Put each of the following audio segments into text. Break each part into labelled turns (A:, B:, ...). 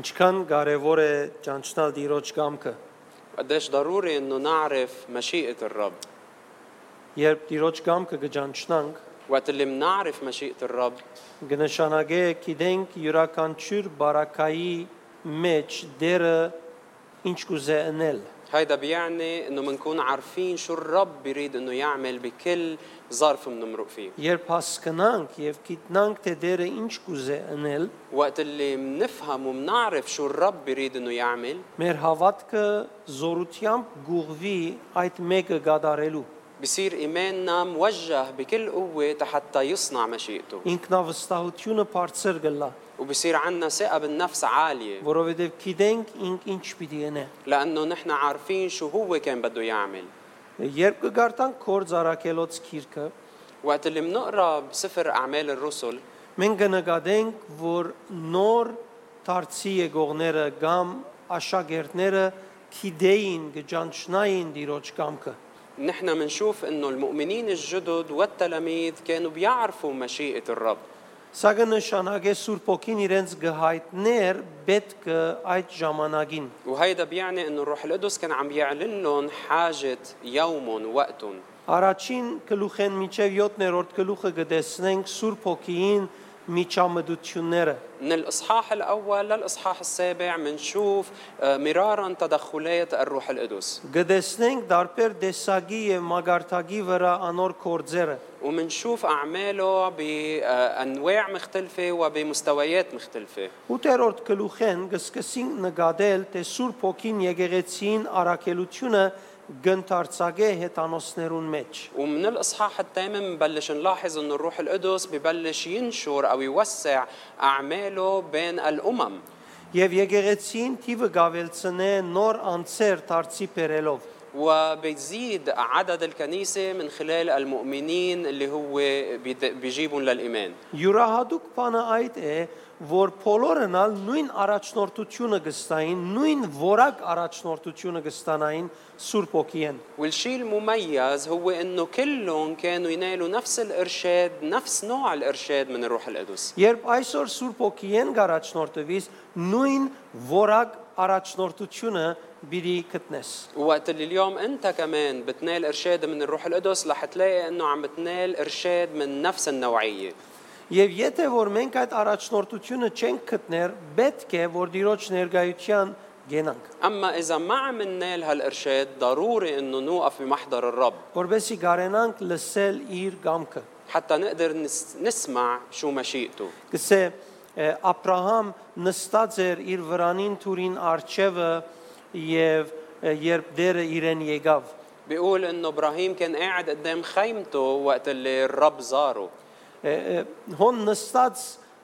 A: Ինչքան կարևոր է ճանչնալ Տիրոջ կամքը։
B: قديش ضروري انه نعرف مشيئة الرب
A: Երբ Տիրոջ կամքը կճանչնանք,
B: وقت اللي منعرف مشيئة الرب
A: կնշանակե գիտենք յուրաքանչյուր բարակայի մեջ դերը ինչ կուզե ընել։
B: هيدا بيعني انه منكون عارفين شو الرب بيريد انه يعمل بكل ظرف منمرق فيه
A: Երբ հասկանանք եւ գիտնանք, թե դերը ինչ կուզե ընել,
B: وقت اللي منفهم ومنعرف شو الرب بيريد انه يعمل
A: մեր հավատքը զորությամբ գուղվի այդ մեկը գադարելու։
B: بصير ايماننا موجه بكل قوة حتى يصنع مشيئته
A: Ինքնավստահությունը բարձր գլա,
B: وبصير عندنا ثقة بالنفس عالية
A: որովհետեւ գիտենք ինք ինչ պիտի ընե։
B: لانه نحن عارفين شو هو كان بده يعمل
A: Երբ կգարտանք կորձ արակելոց քիրքը,
B: وقت اللي منقرا بسفر اعمال الرسل
A: Մենք կնկատենք, որ նոր դարձի եկողները կամ աշակերտները քիդեին գճանչնային դիրոջ կամքը։
B: نحن منشوف انه المؤمنين الجدد والتلاميذ كانوا بيعرفوا مشيئة الرب
A: Սա կնշանակե Սուրբ Օքին իրենց գհայտներ պետք է այդ ժամանակին։
B: وهيدا بيعني انه الروح القدس كان عم يعلن لهم حاجة يومهم ووقتهم
A: Առաջին գլուխեն միջև 7-րդ գլուխը կտեսնենք Սուրբ Օքին միջամդությունները։
B: من الاصحاح الاول للاصحاح السابع منشوف آه، مرارا تدخلات الروح القدس
A: Գտեսնենք դարբեր դեսագի եւ մագարտագի վրա անոր կորձերը։
B: ومنشوف اعماله بانواع مختلفه وبمستويات مختلفه
A: 8-րդ գլուխեն կսկսենք նկատել, թե Սուրբ Հոգին եկեղեցին առաքելությունը գընթարցակե հետանոսներուն մեջ։
B: ومن الاصحاح الثامن بنبلش نلاحظ انه الروح القدس ببلش ينشر او يوسع اعماله بين الامم
A: Եվ եկեղեցին թիվը գավելցնե նոր անձեր դարձի բերելով։
B: وبيزيد عدد الكنيسة من خلال المؤمنين اللي هو بيد- بيجيبهم للإيمان
A: Յուրահատուկ բանը այդ է, որ բոլորնալ նույն առաջնորդությունը կստային, նույն ворակ առաջնորդությունը կստանային Սուրբ Հոգին։
B: والشيء المميز هو انه كلهم كانوا ينالوا نفس الارشاد نفس نوع الارشاد من الروح القدس
A: Երբ այսօր Սուրբ Օքիեն գարաչնորտվիս նույն ворակ առաջնորդությունը բիդի գտնես։
B: وقت اللي اليوم انت كمان بتنال ارشاد من الروح القدس رح تلاقي انه عم بتنال ارشاد من نفس النوعيه
A: Եվ եթե որ մենք այդ առաջնորդությունը չենք գտներ, պետք է որ Տիրոջ ներկայության գենանք,
B: اما اذا ما عم ننال هالارشاد ضروري انه نوقف بمحضر الرب
A: որովհետեւ գարենանք լսել իր կամքը։
B: حتى نقدر نس- نسمع شو مشيئته
A: Գսե «Է, Աբրահամ նստած էր իր վրանին թուրին արջևը եւ է, երբ դերը իրեն եկավ։
B: بيقول انه ابراهيم كان قاعد قدام خيمته وقت اللي الرب زاره
A: Է, է, Հոն նստած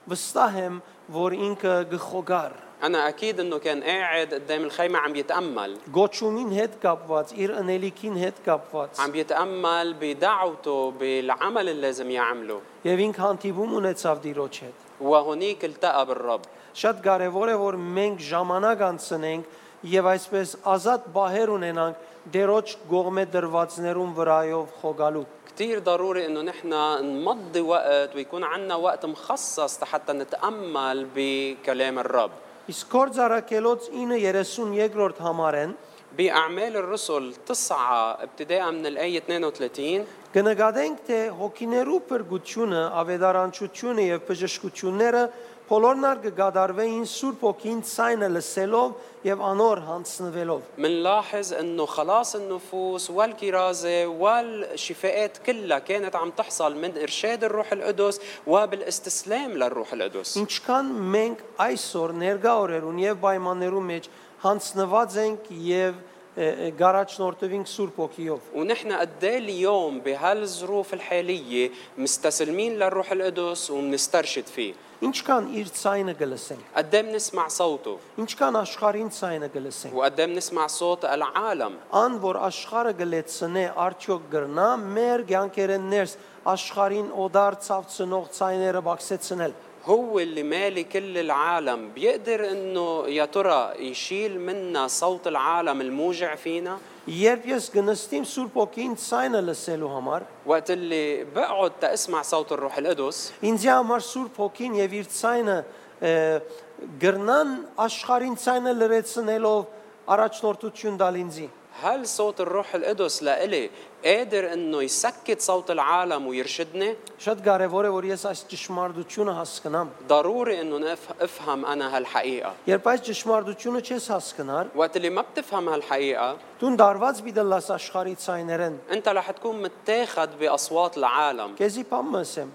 A: վստահ եմ, որ ինքը գխոգար։
B: انا اكيد انه كان قاعد قدام الخيمه عم يتامل
A: Գոչումին հետ կապված, իր ընելիքին հետ կապված։
B: عم يتامل بدعوته بالعمل اللي لازم يعمله
A: Եվ ինք հանդիպում ունեցավ Տիրոջ հետ։
B: وهونيك التقى بالرب
A: Շատ կարևոր է որ մենք ժամանակ անցնենք եւ այսպես ազատ բահեր ունենանք դերոջ գողմե դրվածներուն վրայով խոգալու։
B: كتير ضروري انه نحن نمضي وقت ويكون عندنا وقت مخصص حتى نتامل بكلام الرب
A: Իսկ կորձարակելոց 9:32-րդ համարեն
B: باعمال الرسل تسعة ابتداء من الايه 32
A: կնկատենք թե հոգիներու բրգությունը, ավետարանչությունը եւ բժշկությունները բոլորնար կգադարվեին Սուրբ Օքին ցայնը լսելով եւ անոր հանձնվելով։
B: منلاحظ انه خلاص النفوس والكرازه والشفاءات كلها كانت عم تحصل من ارشاد الروح القدس وبالاستسلام للروح القدس
A: Ինչքան մենք այսօր ներկա օրերուն եւ պայմաններու մեջ հանձնված ենք եւ ե, ե, գարաչնորտվինք Սուրբ Օքիով։
B: ونحن قد إيه اليوم بهالظروف الحاليه مستسلمين للروح القدس ومنسترشد فيه
A: Ինչքան իր ցայնը գլսենք,
B: قد إيه منسمع صوته
A: ինչքան աշխարհին ցայնը գլսենք։
B: وقد إيه منسمع صوت العالم
A: Ան որ աշխարհը գլեցնե արդյոք գրնա մեր ցանկերեն ներս աշխարհին օդար ցավցնող ցայները բացեցնել։
B: هو اللي مالي كل العالم بيقدر انه يا ترى يشيل منا صوت العالم الموجع فينا
A: Երբ ես գնստիմ Սուրբ Օքին ցայնը լսելու համար,
B: وقت اللي بقعد تسمع صوت الروح القدس
A: ինձ համար Սուրբ Օքին եւ իր ցայնը ը, գրնան աշխարհին ցայնը լրացնելով առաջնորդություն տալ ինձի։
B: هل صوت الروح القدس لإلي قادر انه يسكت صوت العالم ويرشدني؟
A: Շատ կարևոր է որ ես այս ճշմարտությունը հասկանամ։
B: ضروري انه نف- افهم انا هالحقيقه،
A: Երբ այս ճշմարտությունը չես հասկանար,
B: وقت اللي ما بتفهم هالحقيقه
A: դու դարված մի դլաս աշխարհի ցայներեն։
B: انت رح تكون متاخد باصوات العالم،
A: Քեզի պամմսեմ։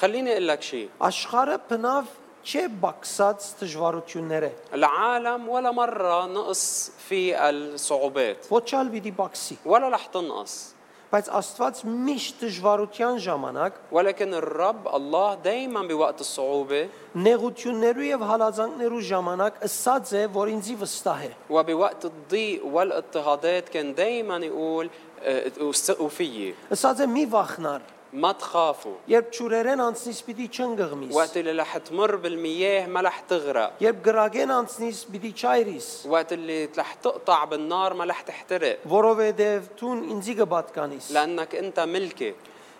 B: خليني اقول لك شيء،
A: Աշխարհը բնավ չէ բաքսած դժվարությունները։
B: العالم ولا مره نقص في الصعوبات،
A: Ոչ ալ պիտի բաքսի,
B: ولا رح تنقص،
A: բայց Աստված միշտ դժվարության ժամանակ
B: ولكن الرب الله دائما بوقت الصعوبه
A: նեղություններու եւ հալածանքներու ժամանակ ըսած է, որ ինձի վստահ է։
B: وبوقت الضيق والاضطهادات كان دائما يقول آه، وثقوا فيي
A: Ըսած է մի վախնար,
B: ما تخافوا
A: երբ ճուրերեն անցնից պիտի չընկղմիս։
B: وقت اللي رح تمر بالمياه ما رح تغرق
A: Երբ գրագեն անցնից պիտի չայրիս,
B: وقت اللي رح تقطع بالنار ما رح تحترق
A: որովհետեւ դուն ինձի կպատկանիս։
B: لانك انت ملكي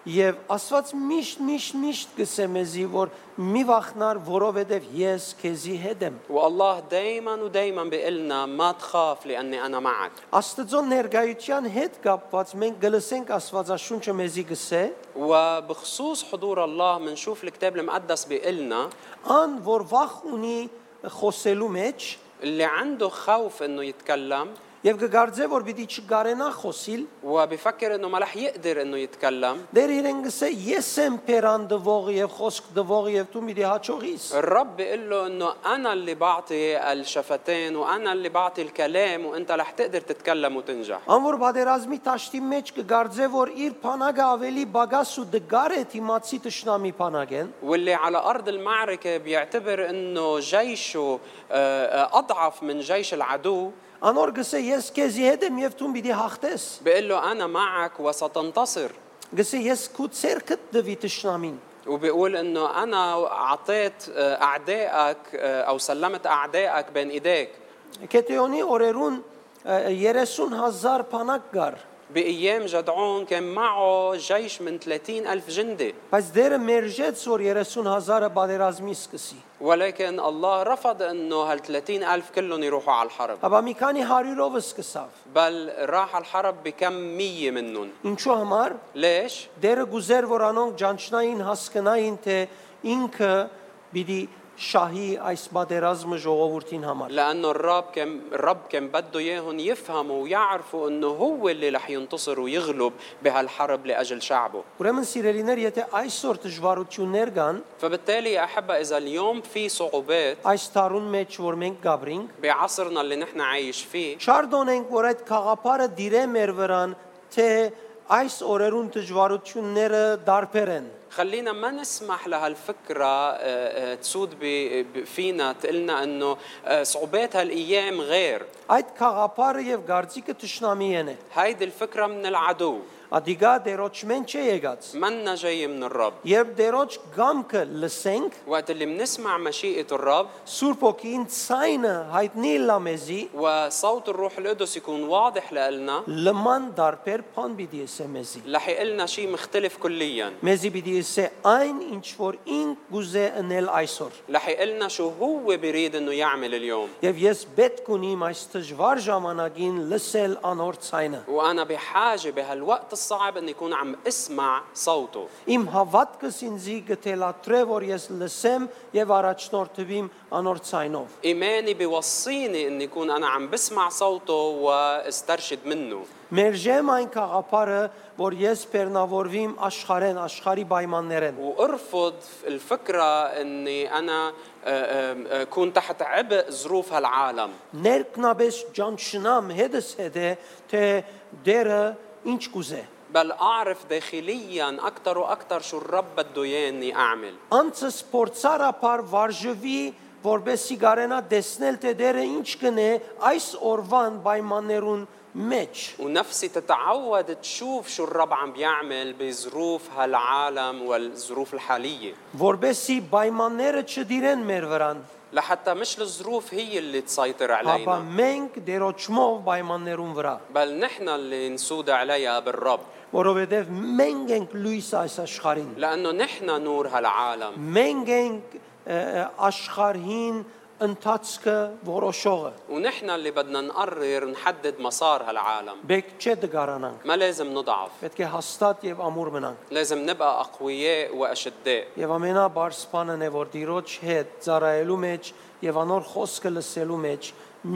A: Եվ Աստված միշտ միշտ միշտ գսե մեզի, որ մի վախնար, որովհետեւ ես քեզի հետ եմ։
B: والله دائما ودائما بيقلنا ما تخاف لاني انا معك
A: Աստծո ներգայության հետ կապված մենք գլսենք Աստվածաշունչը մեզի գսե,
B: وبخصوص حضور الله منشوف الكتاب المقدس بيقلنا
A: ան որ վախ ունի խոսելու մեջ
B: اللي عنده خوف انه يتكلم
A: եւ կգարձե որ պիտի չգարենա խոսիլ,
B: وبفكر انه ما رح يقدر انه يتكلم
A: դեր իրեն գսե ես եմ պերանդվող եւ խոսք դվող եւ դու մի հաճողիս։
B: الرب بيقول له انه انا اللي بعطي الشفتين وانا اللي بعطي الكلام وانت رح تقدر تتكلم وتنجح
A: Ան որ բادرազմի ճաշտի մեջ կգարձե որ իր փանակը ավելի բագաս ու դգար է թիմացի ճշնամի փանակեն,
B: واللي على ارض المعركه بيعتبر انه جيشه آه، آه، اضعف من جيش العدو
A: անոր գսե ես քեզի հետ եմ եւ դու պիտի հաղթես։
B: بيقول له انا معك وستنتصر
A: Գսե ես քու ցերքը դվի ճշնամին։
B: وبيقول انه انا اعطيت آه، اعدائك آه، او سلمت اعدائك بين ايديك
A: Կետեոնի օրերուն 30000 փանակ կար,
B: بايام جدعون كان معه جيش من 30 الف جندي
A: բայց դերը մերժեց, որ 30000-ը բادرազմի սկսի։
B: ولكن الله رفض انه هال 30 الف كلهم يروحوا على الحرب
A: Աբա մի քանի 100-ով սկսավ։
B: بل راح على الحرب بكم مية منهم
A: Ինչու համար
B: ليش؟
A: դերը գուզեր, որ անոնք ջանչնային հասկանային, թե ինքը պիտի շահի այս բادرազմը ժողովրդին համար։
B: لأنه الرب كان الرب كان بده إياهم يفهموا ويعرفوا إنه هو اللي رح ينتصر ويغلب بهالحرب لأجل شعبه
A: Ուրեմն սիրելիներ, եթե այսօր դժվարություններ կան,
B: فبالتالي يا أحبة إذا اليوم في صعوبات
A: այս տարուն մեջ, որ մենք գաբրինք,
B: بعصرنا اللي نحن عايش فيه
A: Չարդոնենք, որ այդ խաղապարը դիրե մեր վրան, թե այս օրերուն դժվարությունները դարբեր են։
B: خلينا ما نسمح لهالفكرة آه، آه، تسود ب- ب- فينا تقلنا إنه آه، صعوبات هالأيام غير
A: Այդ խաղապարը եւ գարձիկը ճշնամի են։
B: هيدي الفكرة من العدو
A: Ադիգա դերոջ մեն չէ եկած։
B: منا جاي من الرب
A: Երբ դերոջ գամքը լսենք,
B: وقت اللي منسمع مشيئة الرب
A: Սուրբ ոգին ցայնը հայտնի լամեզի
B: وصوت الروح القدس يكون واضح لنا
A: լման դարբեր փան պիտի ասե մեզի։
B: رح يقلنا شيء مختلف كليا
A: Մեզի պիտի ասե այն, ինչ որ ինք գուզե անել այսօր։
B: رح يقلنا شو هو بيريد انه يعمل اليوم
A: Եվ ես պետք ունիմ այս դժվար ժամանակին լսել անոր ցայնը։
B: وانا بحاجه بهالوقت الصعب اني اكون عم اسمع صوته
A: Իմ հավատքս ինձի գտելատրե որ ես լսեմ եւ առաջնորդվեմ անոր ցայնով։
B: ايماني بيوصيني اني اكون انا عم بسمع صوته واسترشد منه
A: Մեր ժեմ այն խաղապարը, որ ես բեռնավորվեմ աշխարհեն, աշխարհի պայմաններեն։
B: وارفض الفكره اني انا آه، آم، آه، اكون تحت عبء ظروف هالعالم
A: Ներքնաբես ջանչնամ հետս հետ է, թե դերը ինչ կուզե։
B: بل اعرف داخليا اكثر واكثر شو الرب بده ياني اعمل
A: Անցս փորձարապար վարժվի որբեսի գարենա դեսնել թե դերը ինչ կնե այս օրվան պայմաններուն մեջ։
B: ونفسي تتعود تشوف شو الرب عم بيعمل بظروف هالعالم والظروف الحالية
A: Որբեսի պայմանները չդիրեն մեր վրան։
B: لحتى مش الظروف هي اللي تسيطر
A: Ապա
B: علينا
A: մենք դերոճմով պայմաններուն վրա,
B: بل نحن اللي نسود عليها بالرب
A: որովհետև մենք ենք լույս այս աշխարհին։
B: لأنه نحن نور هالعالم
A: Մենք ենք ը, ը, աշխարհին ընթացքը որոշողը։
B: ونحن اللي بدنا نقرر نحدد مسار هالعالم
A: Բեք չէ դգարանանք։
B: ما لازم نضعف
A: Պետք է հաստատ եւ ամուր մնանք։
B: لازم نبقى أقوياء وأشداء
A: Եվ ամենաբարձ բանն է որ Տիրոջ հետ ծառայելու մեջ եւ անոր խոսքը լսելու մեջ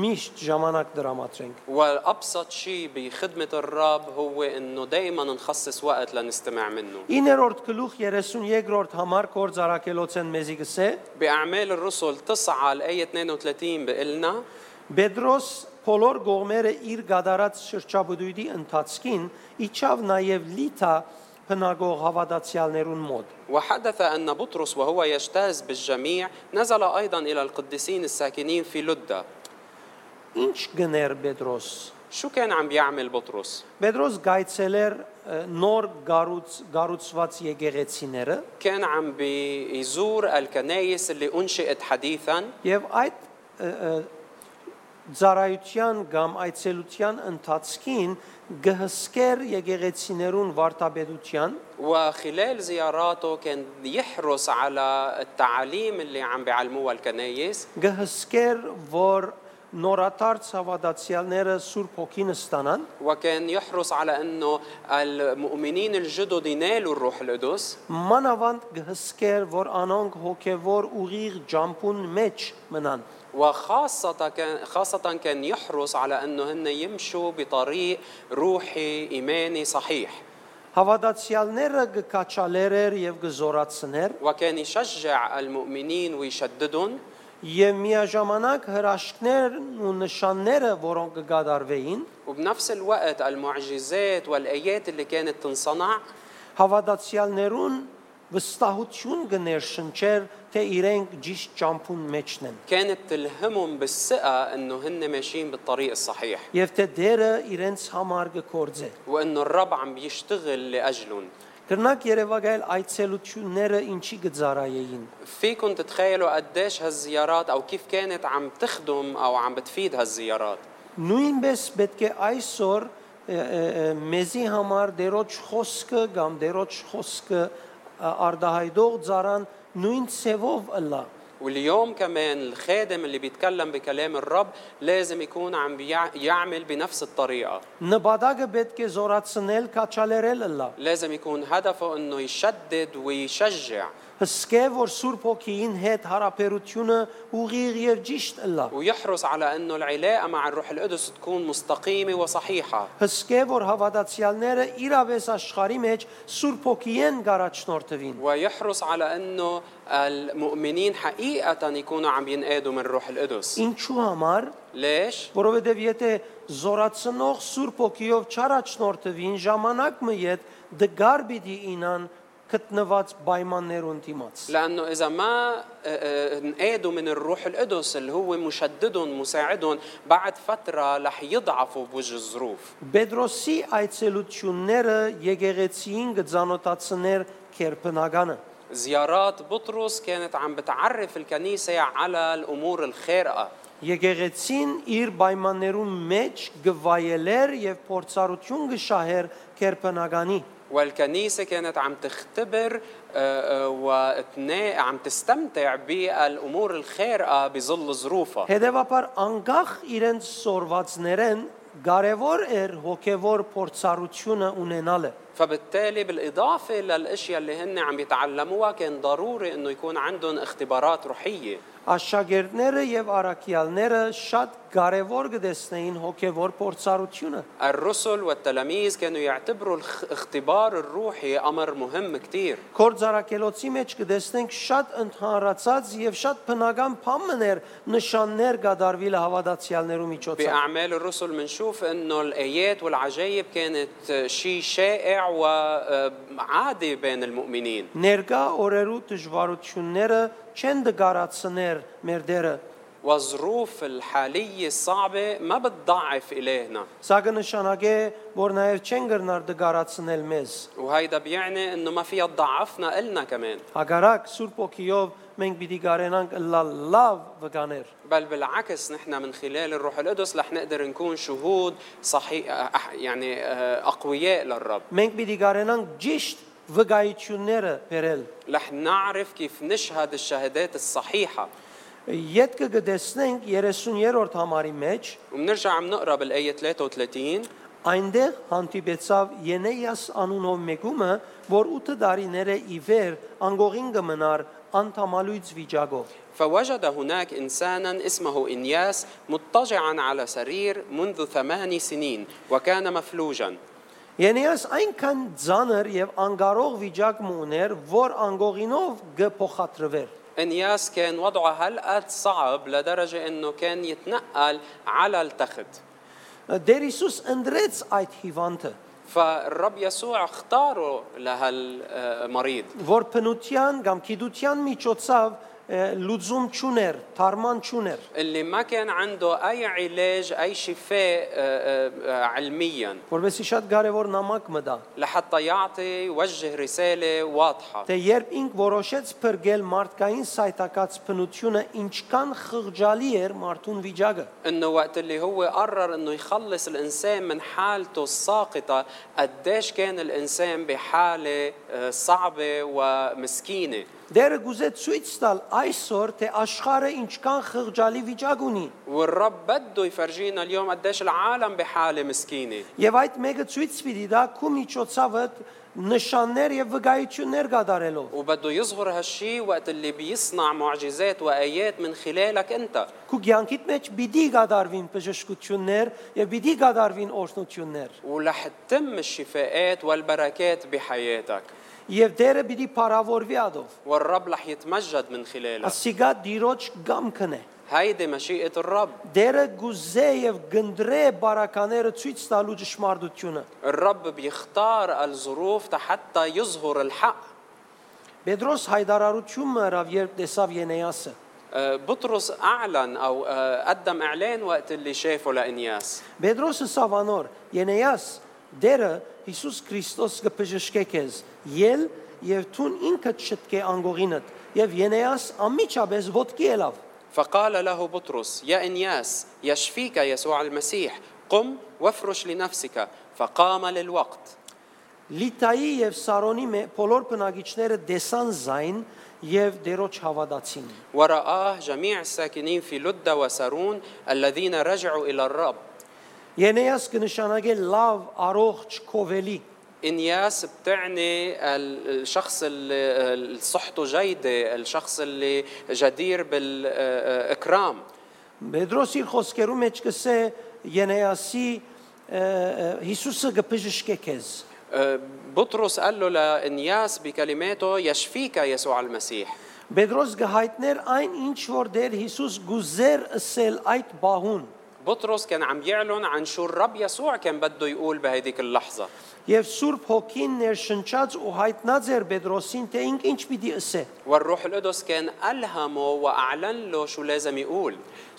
A: միշտ ժամանակ դրամատրենք։
B: وأبسط شيء بخدمة الرب هو إنه دائما نخصص وقت لنستمع منه
A: 9-րդ գլուխ 32-րդ համար կորց արակելոցեն մեզի գսե
B: بأعمال الرسل 9 الآية 32 بقلنا
A: Պետրոս փոլոր գողմերը իր գադարած շրջաբուդույդի ընթացքին իջավ նաև լիթա հնագող հավատացյալներուն մոտ։
B: وحدث أن بطرس وهو يجتاز بالجميع نزل أيضا إلى القديسين الساكنين في لدة
A: Ինչ գներ Պետրոս։
B: شو كان عم بيعمل بطرس؟
A: Պետրոս գայցելեր ը, նոր գառուց գառուցված եկեղեցիները
B: كان عم بيزور الكنايس اللي أنشئت حديثا
A: եւ այդ ը, ը, ծառայության կամ այցելության ընթացքին գհսկեր եկեղեցիներուն վարտաբեդության
B: وخلال زياراته كان يحرص على التعاليم اللي عم بيعلموها الكنايس
A: գհսկեր որ նորատարց հավատացյալները Սուրբ Հոգին ստանան
B: وكان يحرص على انه المؤمنين الجدد ينالوا الروح القدس
A: մանավանդ գհսկեր որ անոնք հոգևոր ուղիղ ջամփուն մեջ մնան
B: وخاصة كان خاصة كان يحرص على انه هن يمشوا بطريق روحي ايماني صحيح
A: հավատացյալները գկաչալերեր եւ գզորացներ
B: وكان يشجع المؤمنين ويشددهم
A: եւ միաժամանակ հրաշքներն ու նշանները որոնք կգադարվեին
B: وبنفس الوقت المعجزات والايات اللي كانت تنصنع
A: հավատացյալներուն վստահություն գներ շնչեր թե իրենք ճիշտ ճամփուն մեջն են
B: كانت تلهمهم بالثقة انه هن ماشيين بالطريق الصحيح
A: եւ թե դերը իրենց համար կգործե
B: وانه الرب عم بيشتغل لاجلهم
A: Կրնակ Երևակայել այցելությունները ինչի գծարայեին։
B: فيكم تتخيلوا قديش هالزيارات او كيف كانت عم تخدم او عم بتفيد هالزيارات
A: Նույնպես պետք է այսօր ը, ը, ը, մեզի համար դերոջ խոսքը կամ դերոջ խոսքը ա, արդահայտող ծառան նույն ցևով ըլա։
B: واليوم كمان الخادم اللي بيتكلم بكلام الرب لازم يكون عم بيع- يعمل بنفس الطريقة
A: Նպատակը պետք է զորացնել, քաչալերել ըլա։
B: لازم يكون هدفه انه يشدد ويشجع
A: Հսկե որ Սուրբ Հոգին հետ հարաբերությունը ուղիղ եւ ճիշտ ըլա։
B: ويحرص على انه العلاقة مع الروح القدس تكون مستقيمة وصحيحة
A: Հսկե որ հավատացյալները իրավես աշխարի մեջ Սուրբ Հոգին գարաչնորթվին։
B: ويحرص على انه المؤمنين حقيقة يكونوا عم ينقادوا من الروح القدس
A: Ինչու համար
B: ليش؟
A: Որովհետև եթե զորացնող Սուրբ Օքիով չարաչնորթվին ժամանակ մը իդ դգար բիդի ինան գտնված պայմաններուն դիմաց։
B: لانه اذا ما آه، آه، انقادوا من الروح القدس اللي هو مشددهم مساعدهم بعد فتره رح يضعفوا بوجه الظروف
A: Պետրոսի այցելությունները եկեղեցին գծանոթացներ կերպնականը։
B: زيارات بطرس كانت عم بتعرف الكنيسه على الامور الخارقه
A: Եկեղեցին իր պայմաններուն մեջ գվայելեր եւ փորձառություն գշահեր կերպնականի։
B: والكنيسة كانت عم تختبر آه، آه، وتنا- عم تستمتع بالأمور الخارقة بظل ظروفها
A: Հետևաբար անկախ իրենց սորվածներեն կարևոր էր հոգևոր փորձառությունը ունենալը։
B: فبالتالي بالإضافة للأشياء اللي هن عم يتعلموها كان ضروري أنه يكون عندهم اختبارات روحية
A: Աշակերտները եւ առաքյալները շատ կարեւոր գտեսնեին հոգեվոր փորձառությունը։
B: الرسل والتلاميذ كانوا يعتبروا الاختبار الروحي أمر مهم كتير
A: Կորձարակելոցի մեջ կտեսնենք շատ ընդհանրացած եւ շատ բնական փամներ նշաններ կդարվիլ հավատացյալներու միջոցով։
B: بأعمال الرسل منشوف أنه الآيات والعجائب كانت شيء شائع وعادي بين المؤمنين
A: Ներկա օրերու դժվարությունները չեն դգարացներ մեր դերը։
B: والظروف الحالية الصعبة ما بتضعف إلهنا
A: Սա կնշանակե, որ նաեւ չեն գրնար դգարացնել մեզ։
B: وهيدا بيعني أنه ما فيها تضعفنا إلنا كمان
A: Հակառակ Սուրբ Օքիով մենք պիտի գարենանք լավ վկաներ։
B: بل بالعكس نحن من خلال الروح القدس رح نقدر نكون شهود صحيح يعني آه، أقوياء للرب
A: Մենք պիտի գարենանք ճիշտ վկայությունները բերել։
B: رح نعرف كيف نشهد الشهادات الصحيحة
A: Ետ կգտեսնենք 30-րդ համարի մեջ
B: وبنرجع بنقرا بالآية 33
A: այնտեղ հանդիպեցավ Ենեյաս անունով մեկումը, որ 8 տարիներ է իվեր անգողին կմնար անթամալույց վիճակով։
B: فوجد هناك إنسانا اسمه إنياس مضطجعا على سرير منذ ثمان سنين وكان مفلوجا
A: Ենեյաս այնքան ցաներ եւ անկարող վիճակում ուներ, որ անգողինով գփոխադրվեր։
B: إنياس كان وضعه هالقد صعب لدرجة أنه كان يتنقل على التخت
A: Դեր Հիսուս ընդրեց այդ հիվանդը,
B: فالرب يسوع اختاره لهالمريض
A: որ փնության կամ քիդության միջոցով ը, լուծում չուներ, թարման չուներ։
B: اللي ما كان عنده أي علاج أي شفاء آه، آه، علميا
A: Որովհետեւ շատ կարևոր նամակ մտա,
B: لحتى يعطي وجه رسالة واضحة
A: թե երբ ինք որոշեց բրգել մարդկային սայտակած փնությունը, ինչքան խղճալի էր մարդուն վիճակը։
B: انه وقت اللي هو قرر انه يخلص الانسان من حالته الساقطه قديش كان الانسان بحاله آه، صعبه ومسكينه
A: Դերը գուզեց ցույց տալ այսօր, թե աշխարհը ինչքան խղճալի վիճակ ունի։
B: والرب بده يفرجينا اليوم قديش العالم بحاله مسكينه
A: Եվ այդ մեկը ցույց պիտի դա քու միջոցով այդ նշաններ եւ վկայություններ կատարելով։
B: وبده يظهر هالشي وقت اللي بيصنع معجزات وايات من خلالك انت
A: Քու ցանկիտ մեջ պիտի գադարվին բժշկություններ եւ պիտի գադարվին օրհնություններ։
B: ورح تتم الشفاءات والبركات بحياتك
A: Եվ դերը պիտի փառավորվի ադով։
B: والرب رح يتمجد من خلالك
A: Ասիգա դիրոջ գամքն է։
B: هيدي مشيئه الرب
A: Դերը գուզե եւ գնդրե բարակաները ցույց տալու ճշմարտությունը։
B: الرب بيختار الظروف حتى يظهر الحق
A: Պետրոս հայդարարություն մրավ երբ տեսավ Ենեյասը։
B: آه، بطرس اعلن او آه، قدم اعلان وقت اللي شافه لانياس
A: Պետրոսը սավանոր Ենեյաս դերը Հիսուս Քրիստոս կբժշկե քեզ։ Ել եւ ցուն ինքը չտկե անգողինդ եւ Ենեյաս ամիջապես ոտքի ելավ։
B: فقال له بطرس يا انياس يشفيك يسوع المسيح قم وافرش لنفسك فقام للوقت
A: Լիտայի եւ Սարոնի մե- բոլոր բնակիչները դեսան զայն եւ դերոջ հավատացին։
B: ورآه جميع الساكنين في لدة وسارون الذين رجعوا إلى الرب
A: Ենեյաս կնշանակե լավ, առողջ, կովելի։
B: إنياس بتعني ال- الشخص اللي اللي صحته جيدة الشخص اللي جدير بالإكرام
A: Պետրոս իր խոսքերու մեջ կսե Ենեյասի ը, ը, Հիսուսը կբժշկե քեզ։
B: بطرس قال له لإنياس بكلماته يشفيك يسوع المسيح
A: Պետրոս գահայտներ այն ինչ որ դեր Հիսուս գուզեր ասել այդ բահուն։
B: بطرس كان عم يعلن عن شو الرب يسوع كان بده يقول بهديك اللحظة
A: Եվ Սուրբ Հոգին ներշնչած ու հայտնած էր Պետրոսին, թե ինք ինչ պիտի ասե։
B: والروح القدس كان ألهمه وأعلن له شو لازم يقول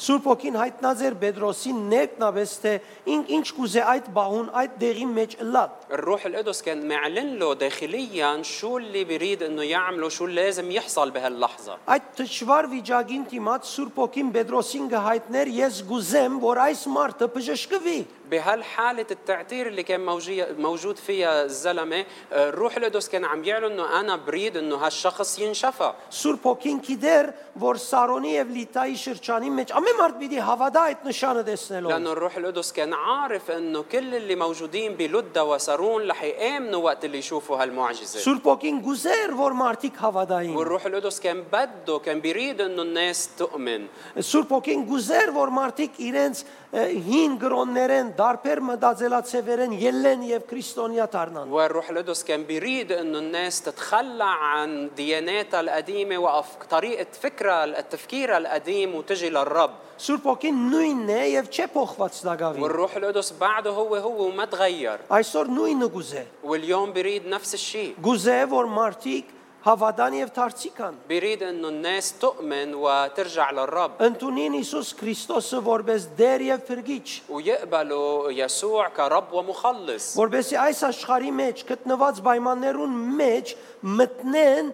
A: Սուրբ ոգին հայտնած էր Պետրոսին ներտնավես թե ինք ինչ կուզե այդ բահուն այդ դեղի մեջ լա։
B: الروح القدس كان معلن له داخليا شو اللي بيريد انه يعمله شو لازم يحصل بهاللحظة
A: Այդ դժվար վիճակին դիմաց Սուրբ ոգին Պետրոսին գահայտներ ես գուզեմ որ այս մարդը բժշկվի։
B: بهالحالة التعتير اللي كان موجي- موجود فيها الزلمة آه، الروح القدس كان عم يعلن انه انا بريد انه هالشخص ينشفى
A: Սուրբ ոգին գիտեր որ Սարոնի եւ Լիտայի շրջանի մեջ ամեն մարդ պիտի հավատա այդ նշանը տեսնելով։
B: لانه الروح القدس كان عارف انه كل اللي موجودين بلدة وسارون رح يآمنوا وقت اللي يشوفوا هالمعجزة
A: Սուրբ ոգին գուզեր որ մարդիկ հավատային։
B: والروح القدس كان بده كان بيريد انه الناس تؤمن
A: Սուրբ ոգին գուզեր որ մարդիկ իրենց ը, հին գրոններեն, դարբեր մտածելացևերեն ելեն եւ քրիստոնյա դառնան։
B: والروح القدس كان بيريد انه الناس تتخلى عن دياناتها القديمه وطريقه فكرها التفكير القديم وتجي للرب
A: Սուրբ ոգին նույնն է եւ չի փոխված նագավի։
B: والروح القدس بعده هو هو وما تغير
A: Այսօր նույնը գուզե։
B: واليوم بيريد نفس الشيء
A: Գուզե որ մարդիկ հավատան եւ դարձիկան։
B: بيريد انه الناس تؤمن وترجع للرب
A: Ընտունին Հիսուս Քրիստոսը որպես դեր եւ փրկիչ,
B: ويقبلوا يسوع كرب ومخلص
A: որբեսի այս աշխարհի մեջ գտնված պայմաններուն մեջ մտնեն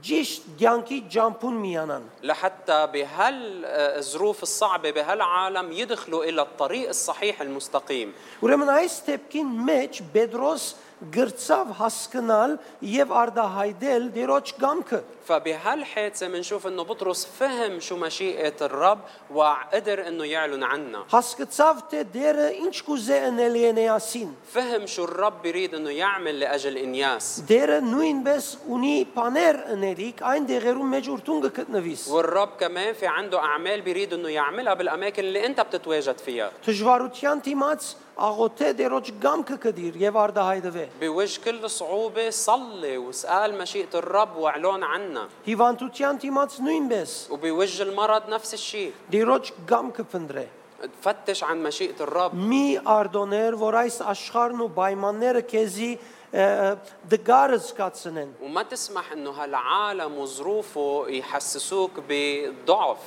A: ճիշտ ցանկի ջամփուն միանան։
B: لحتى بهالظروف الصعبه بهالعالم يدخلوا الى الطريق الصحيح المستقيم
A: Ուրեմն այս դեպքին մեջ Պետրոս գրծավ հասկանալ եւ արդահայտել Տիրոջ կամքը։
B: فبهالحيط زي ما نشوف انه بطرس فهم شو مشيئه الرب وقدر انه يعلن عنها
A: Հասկացավ թե դերը ինչ կուզե անել Ենեասին։
B: فهم شو الرب بيريد انه يعمل لاجل انياس
A: Դերը նույնպես ունի բաներ աներիկ այն դեղերում մեջ ուրտունը գտնվիս։
B: والرب كمان في عنده اعمال بيريد انه يعملها بالاماكن اللي انت بتتواجد فيها
A: Դժվարության դիմաց աղոթե Տիրոջ կամքը կդիր եւ արդահայտվե։
B: بوجه كل صعوبة صلي واسأل مشيئة الرب واعلن عنا
A: Հիվանդության դիմաց նույնպես
B: وبوجه المرض نفس الشيء
A: Տիրոջ կամքը փնտրե։
B: فتش عن مشيئة الرب
A: Մի արդոներ, որ այս աշխարհն ու պայմանները քեզի ը, դգարը զգացնեն։
B: وما تسمح انه هالعالم وظروفه يحسسوك بضعف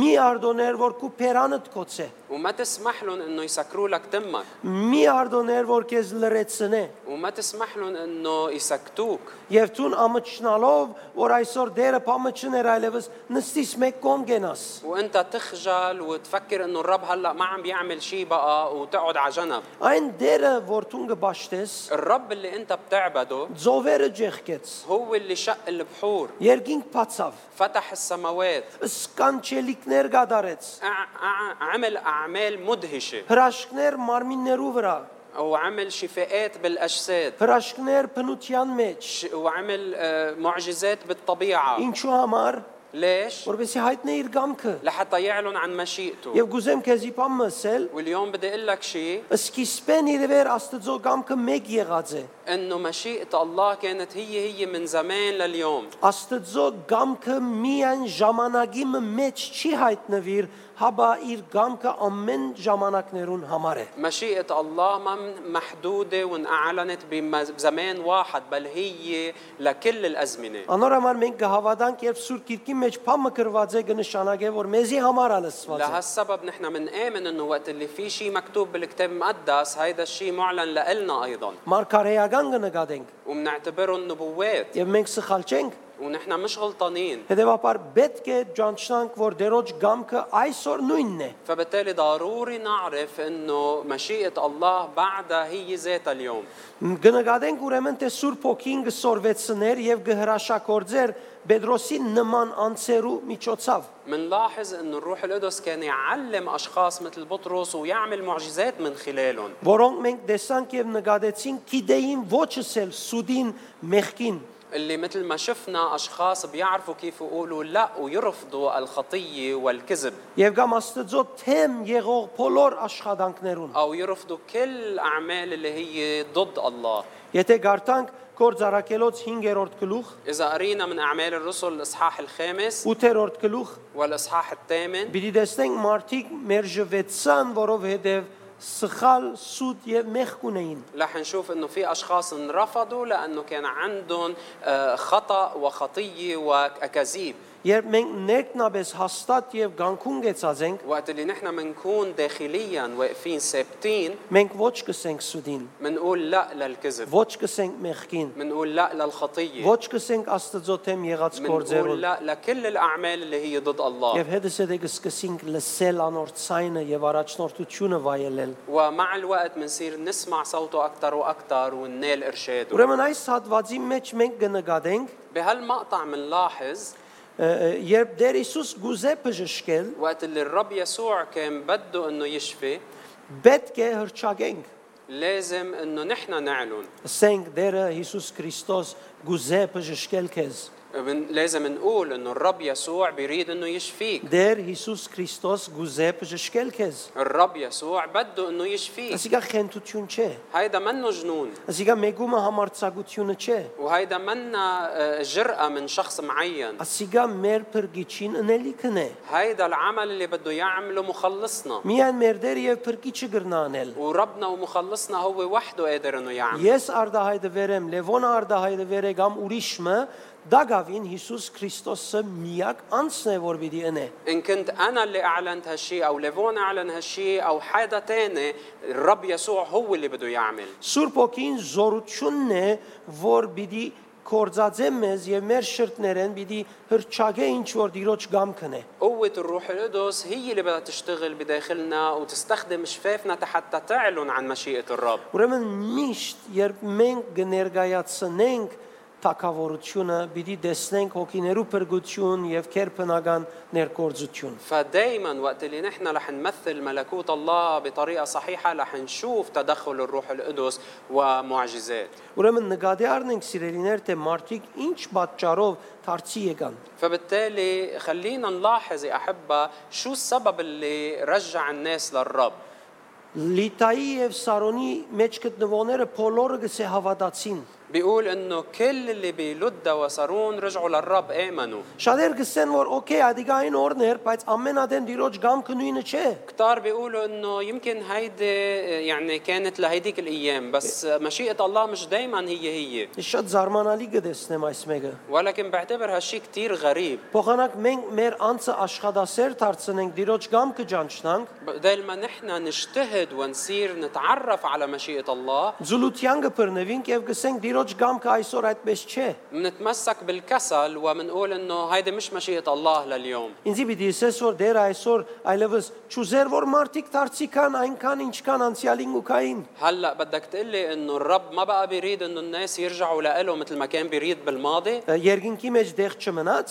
A: Մի արդոներ, որ քու փերանդ կոցե։
B: وما تسمح لهم انه يسكروا لك تمك
A: Մի արդոներ, որ քեզ լրացնե։
B: وما تسمح لهم انه يسكتوك
A: Եվ ցուն ամճնալով, որ այսօր դերը բամճներ այլևս նստիս մեկ կողմ գնաս։
B: وانت تخجل وتفكر انه الرب هلا ما عم بيعمل شيء بقى وتقعد على جنب
A: Այն դերը, որ ցուն կբաշտես,
B: الرب اللي انت بتعبده
A: ծովերը ջեղկեց։
B: هو اللي شق البحور
A: Երկինք փացավ,
B: فتح السماوات
A: սկանչելիքներ գդարեց։
B: ع- ع- عمل اعمال مدهشه
A: Հրաշքներ մարմիններու վրա,
B: وعمل شفاءات بالاجساد
A: հրաշքներ բնության մեջ։
B: ش- وعمل آه، معجزات بالطبيعه
A: Ինչու համար,
B: ليش
A: որովհետեւ հայտնե իր կամքը։
B: لحتى يعلن عن مشيئته
A: Եվ գուզեմ քեզի բամսել,
B: واليوم بدي اقول لك شيء
A: սկիզբեն իրվեր Աստծո կամքը մեկ եղած է։
B: انه مشيئه الله كانت هي هي من زمان لليوم
A: Աստծո կամքը միայն ժամանակի մը- մեջ չի հայտնվիր, հաբա իր կամքը ամեն ժամանակներուն համար է։
B: مشيئة الله ما من- محدودة وانعلنت بزمان واحد بل هي لكل الأزمنة
A: Անոր համար մենք կհավատանք, երբ Սուրբ Գիրքի մեջ փամը գրված է կնշանակե, որ մեզի համար ալսված է։
B: لهالسبب نحن بنآمن انه وقت اللي في شيء مكتوب بالكتاب المقدس هيدا الشيء معلن لإلنا ايضا
A: Մարգարեական կնկատենք
B: وبنعتبره النبوات
A: եւ մենք սխալ չենք,
B: ونحن مش غلطانين
A: հետեւաբար պետք է ճանչնանք, որ դերոջ կամքը այսօր նույնն է։
B: فبالتالي ضروري نعرف انه مشيئة الله بعدها هي ذاتها اليوم
A: Կնկատենք ուրեմն թե Սուրբ Օքին կսորվեցներ եւ կհրաշագործեր Պետրոսի նման անձերու միջոցով։
B: منلاحظ انه الروح القدس كان يعلم اشخاص مثل بطرس ويعمل معجزات من خلالهم
A: որոնք մենք տեսանք եւ նկատեցինք գիտեին ոչսել սուդին մեղքին
B: اللي مثل ما شفنا اشخاص بيعرفوا كيف يقولوا لا ويرفضوا الخطيه والكذب
A: եւ կամ աստծո թեմ եղող բոլոր աշխատանքներուն
B: او يرفضوا كل اعمال اللي هي ضد الله
A: եթե գարտանք գործարակելոց 5-րդ գլուխ
B: اذا قرينا من اعمال الرسل الاصحاح الخامس
A: 8-րդ գլուխ
B: والاصحاح الثامن
A: պիտի տեսնենք մարդիկ մերժվեցան որովհետեւ սխալ սուդ եւ մեղք ունեին
B: رح نشوف انه في اشخاص انرفضوا لانه كان عندهم آه، خطا وخطيه واكاذيب
A: երբ մենք ներքնաբես հաստատ եւ գանկուն գեցածենք
B: وقت اللي نحن بنكون داخليا واقفين ثابتين
A: մենք ոչ կսենք սուդին
B: بنقول لا للكذب
A: ոչ կսենք մեղքին
B: بنقول لا للخطيه
A: ոչ կսենք աստծո թեմ եղած
B: بنقول
A: գործերուն
B: لا لكل الاعمال اللي هي ضد الله
A: Եվ հետս է դեսկսինք լսել անոր ցայնը եւ առաջնորդությունը վայելել։
B: ومع الوقت بنصير نسمع صوته اكثر واكثر وننال ارشاده
A: Ուրեմն այս հատվածի մեջ մենք կնկատենք,
B: بهالمقطع بنلاحظ
A: ը, ը, երբ Տեր Հիսուս գուզե բժշկել,
B: وقت اللي الرب يسوع كان بده انه يشفي
A: պետք է հրճակենք։
B: لازم انه نحن نعلن
A: Ասենք Տերը Հիսուս Քրիստոս գուզե բժշկել քեզ։
B: بن- لازم نقول انه الرب يسوع بيريد انه يشفيك
A: Տեր Հիսուս Քրիստոս գուզե բժշկել քեզ։
B: الرب يسوع بده انه يشفيك
A: Ասիկա խենթություն չէ։
B: هيدا منه جنون
A: Ասիկա մեգումը համարցակությունը չէ։
B: وهيدا منا آه، جرأة من شخص معين
A: Ասիկա մեր բրգիչին ընելիքն է։
B: هيدا العمل اللي بده يعمله مخلصنا
A: Միայն մեր Տեր եւ բրգիչը գրնանել։
B: وربنا ومخلصنا هو وحده قادر انه يعمل
A: Ես արդահայտը վերեմ, Լևոն արդահայտը վեր է կամ ուրիշը, դա գավին Հիսուս Քրիստոսը միակ անձն է, որ պիտի ընե։
B: ان كنت انا اللي اعلنت هالشيء او ليفون اعلن هالشيء او حدا تاني الرب يسوع هو اللي بده يعمل
A: Սուրբ ոգին զորությունն է, որ պիտի կորցածե մեզ եւ մեր շրտներեն պիտի հրճագե ինչ որ դիրոջ գամքն է
B: قوة الروح القدس هي اللي بدها تشتغل بداخلنا وتستخدم شفافنا حتى تعلن عن مشيئة الرب
A: ուրեմն միշտ երբ մենք գներգայացնենք Տակավորությունը պիտի տեսնենք հոգիներու բրգություն եւ կերպնական ներկործություն։
B: فدايما وقت اللي نحن رح نمثل ملكوت الله بطريقة صحيحة رح نشوف تدخل الروح القدس ومعجزات
A: Ուրեմն նկատի առնենք սիրելիներ, թե մարդիկ ինչ պատճառով դարձի եկան։
B: فبالتالي خلينا نلاحظ يا أحبة شو السبب اللي رجع الناس للرب
A: Լիտայի եւ Սարոնի մեջ գտնվողները բոլորը գսե հավատացին։
B: بيقول انه كل اللي بلدة وصارون رجعوا للرب آمنوا
A: Շատեր գսեն, որ օքեյ, ադիգային օրն էր, բայց ամենադեն դիրոջ գամքը նույնը չէ։
B: كتار بيقولوا انه يمكن هيدي يعني كانت لهيديك الايام بس مشيئة الله مش دايما هي هي
A: Ես Շատ զարմանալի կդեսնեմ այս մեկը։
B: ولكن بعتبر هالشي كتير غريب
A: Փոխանակ մենք մեր անձը աշխատասեր դարձնենք, դիրոջ գամքը ճանչնանք,
B: بدل ما نحن نجتهد ونصير نتعرف على مشيئة الله
A: զուլության կբռնվենք եւ գսենք դիրոջ գամքը այսօր այդպես չէ։
B: منتمسك بالكسل ومنقول انه هيدي مش مشيئة الله لليوم
A: Ինձի պիտի ասես, որ դեր այսօր այլևս ճուզեր որ մարդիկ դարձիկան այնքան ինչքան անցյալին ու կային։
B: هلا بدك تقلي انه الرب ما بقى بيريد انه الناس يرجعوا لإله مثل ما كان بيريد بالماضي
A: Երկինքի մեջ դեղ չմնաց։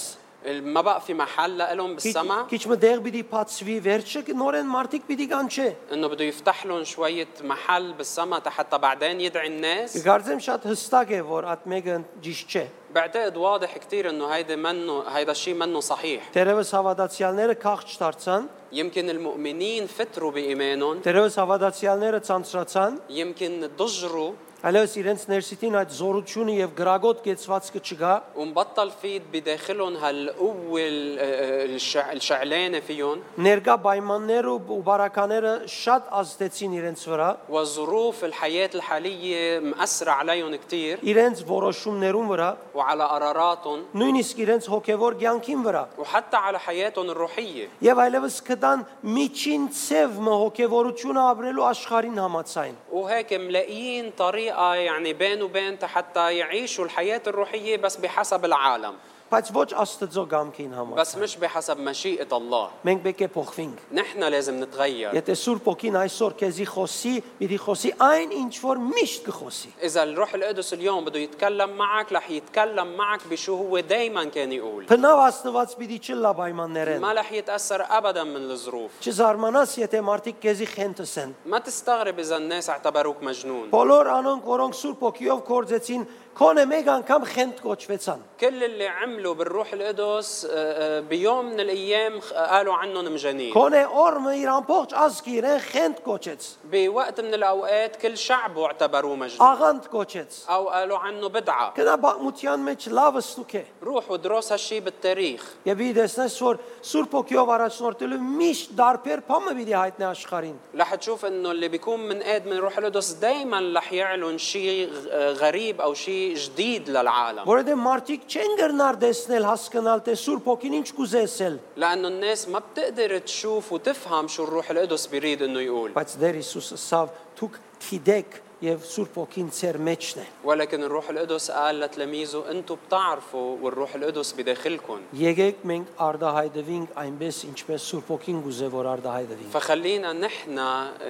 B: ما بقى في محل
A: Քիչ
B: لإلهم بالسما
A: քիչ մը դեղ պիտի փածվի վերջը նորեն մարդիկ պիտի կանչե։
B: انه بده يفتح لهم شوية محل بالسما حتى بعدين يدعي الناس
A: Գարձեմ շատ հստակ է, որ այդ մեկը ճիշտ չէ։
B: بعتقد واضح كثير انه هيدا منه هيدا الشيء منه صحيح
A: Տերևս հավատացյալները քաղճ դարձան,
B: يمكن المؤمنين فتروا بإيمانهم
A: տերևս հավատացյալները ցանցրացան,
B: يمكن ضجروا
A: այլևս իրենց ներսիտին այդ զորությունը եւ գրագոտ կեցվածքը չկա։
B: ومبطل في بداخلهم هالقوة ال- ال- الشع- الشعلانة فيهم
A: Ներկա պայմանները ու բարակաները շատ ազդեցին իրենց վրա։
B: وظروف الحياة الحالية مأثرة عليهم كتير
A: իրենց որոշումներուն վրա,
B: وعلى قراراتهم
A: նույնիսկ իրենց հոգևոր կյանքին վրա։
B: وحتى على حياتهم الروحية
A: Եվ այլևս կդան միջին ցև մը հոգևորությունը ապրելու աշխարհին համացայն։
B: وهيك ملاقيين طريقة يعني بين وبين حتى يعيشوا الحياة الروحية بس بحسب العالم
A: Բայց ոչ Աստծո կամքին
B: بس
A: համաձայն։
B: مش بحسب مشيئة الله
A: Մենք պետք է փոխվենք։
B: نحن لازم نتغير
A: Եթե Սուրբ Օքին այսօր քեզի խոսի, պիտի խոսի այն ինչ որ միշտ կխոսի։
B: إذا الروح القدس اليوم بده يتكلم معك رح يتكلم معك بشو هو دايما كان يقول
A: Փնավ Աստված պիտի չլա պայմաններեն։
B: ما رح يتأثر أبدا من الظروف
A: Չզարմանաս, եթե մարդիկ քեզի խենթսեն։
B: ما تستغرب إذا الناس اعتبروك مجنون
A: Բոլոր անոնք, որոնք Սուրբ Օքիով կործեցին, քոնե մեկ անգամ խենթ կոչվեցան։
B: كل اللي عملوا بالروح القدس آه، آه، بيوم من الأيام خ- قالوا عنهم مجانين
A: Քոնե օրը իր ամբողջ ազգը իրեն խենթ կոչեց։
B: بوقت من الأوقات كل شعبه اعتبروه مجنون
A: աղանդ կոչեց
B: أو قالوا عنه بدعة
A: կնա բամության մեջ լավը ստուք է
B: روح ودرس هالشي بالتاريخ
A: եւ ի դեսնես որ սուրբ ոգիով առաջնորդելու միշտ դարբեր փամը պիտի հայտնի աշխարհին
B: رح تشوف انه اللي بيكون من قاد من روح القدس دائما رح يعلن شيء غريب او شيء جديد للعالم
A: որովհետեւ մարդիկ չեն գրնար տեսնել հասկանալ թե սուրբ ոգին ինչ կուզեսել
B: لانه الناس ما بتقدر تشوف وتفهم شو الروح القدس بيريد انه يقول
A: բայց դեր Հիսուսը սավ թուք թիդեք եւ սուրբ ոգին ծեր մեջն է
B: ولكن الروح القدس قال لتلاميذه انتم بتعرفوا والروح القدس بداخلكم
A: Եկեք մենք արդահայտվենք այնպես ինչպես Սուրբ Օքին գուզե որ արդահայտվենք։
B: فخلينا نحن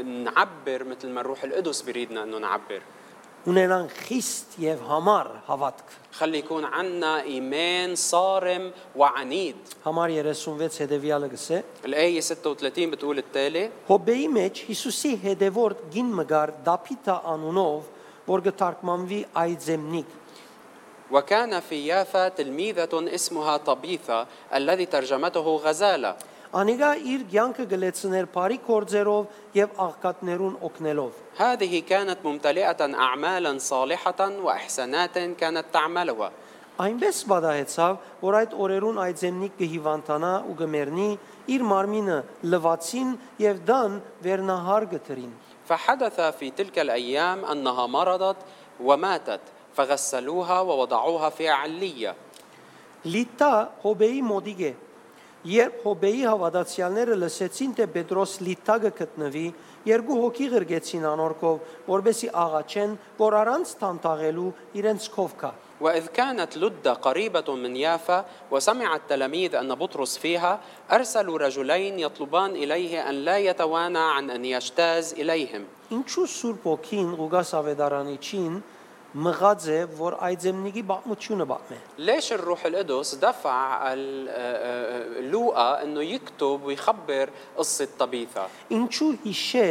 B: نعبر مثل ما الروح القدس بيريدنا انه نعبر
A: Ունենան խիստ եւ համառ հավատք։
B: خلي يكون عنا ايمان صارم وعنيد
A: Համար 36 հետեւյալը գսե.
B: الآية 36 بتقول التالي
A: Հոբեի մեջ Հիսուսի հետևորդ գին մգար Դապիտա անունով, որ գտարկմանվի այձեմնիկ։
B: وكان في يافا تلميذة اسمها طبيثة الذي ترجمته غزالة
A: Անիգա իր ցանկը գլեցներ բարի կորձերով եւ աղքատներուն օգնելով։
B: هذه كانت ممتلئة أعمالا صالحة وإحسانات كانت تعملها
A: Այնպես բադահեցավ, որ այդ օրերուն այձեմնիկ կհիվանդանա ու գմերնի իր մարմինը լվացին եւ դան վերնահար գտրին։
B: فحدث في تلك الأيام أنها مرضت وماتت فغسلوها ووضعوها في علية
A: Լիտա Հոբեի մոդիգե։ Երբ Հոբեի հավատացյալները լսեցին, թե Պետրոս Լիտագը գտնվի, երկու հոգի գրգեցին անորքով, որբեսի աղաչեն, որ առանց տանտաղելու իրենց կովքա։
B: وإذ كانت لدة قريبة من يافا وسمع التلاميذ أن بطرس فيها أرسلوا رجلين يطلبان إليه أن لا يتوانى عن أن يجتاز إليهم
A: Ինչու Սուրբ Օքին Ուգաս Ավետարանիչին մղած է, որ այդ զեմնիկի բացմունքը բացմե։
B: ليش الروح القدس دفع ال- آه، آه، لوقا انه يكتب ويخبر قصه طبيثه
A: Ինչու հիշե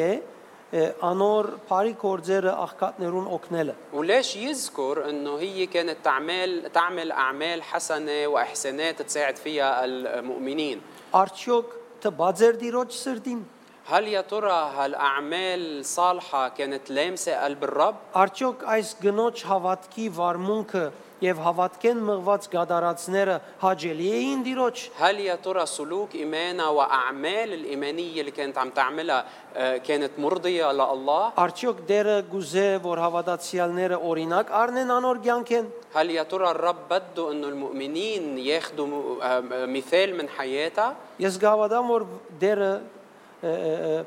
A: է, անոր բարի գործերը աղքատներուն օգնելը։
B: وليش يذكر انه هي كانت تعمل تعمل اعمال حسنه واحسانات تساعد فيها المؤمنين
A: Արդյոք թե բաձեր դիրոջ սրտին,
B: هل يا ترى هالاعمال صالحه كانت لامسه قلب الرب
A: արդյոք այս գնոջ հավատքի վարմունքը եւ հավատքեն մղված գադարածները հաջելի էին դիրոջ։
B: هل يا ترى سلوك ايمانها واعمال الايمانيه اللي كانت عم تعملها آه، كانت مرضيه لله
A: Արդյոք դերը գուզե որ հավատացյալները օրինակ առնեն անոր կյանքեն։
B: هل يا ترى الرب بده انه المؤمنين ياخذوا م- آم- آم- مثال من حياتها
A: Ես գավադամ որ դերը ը, ը, ը,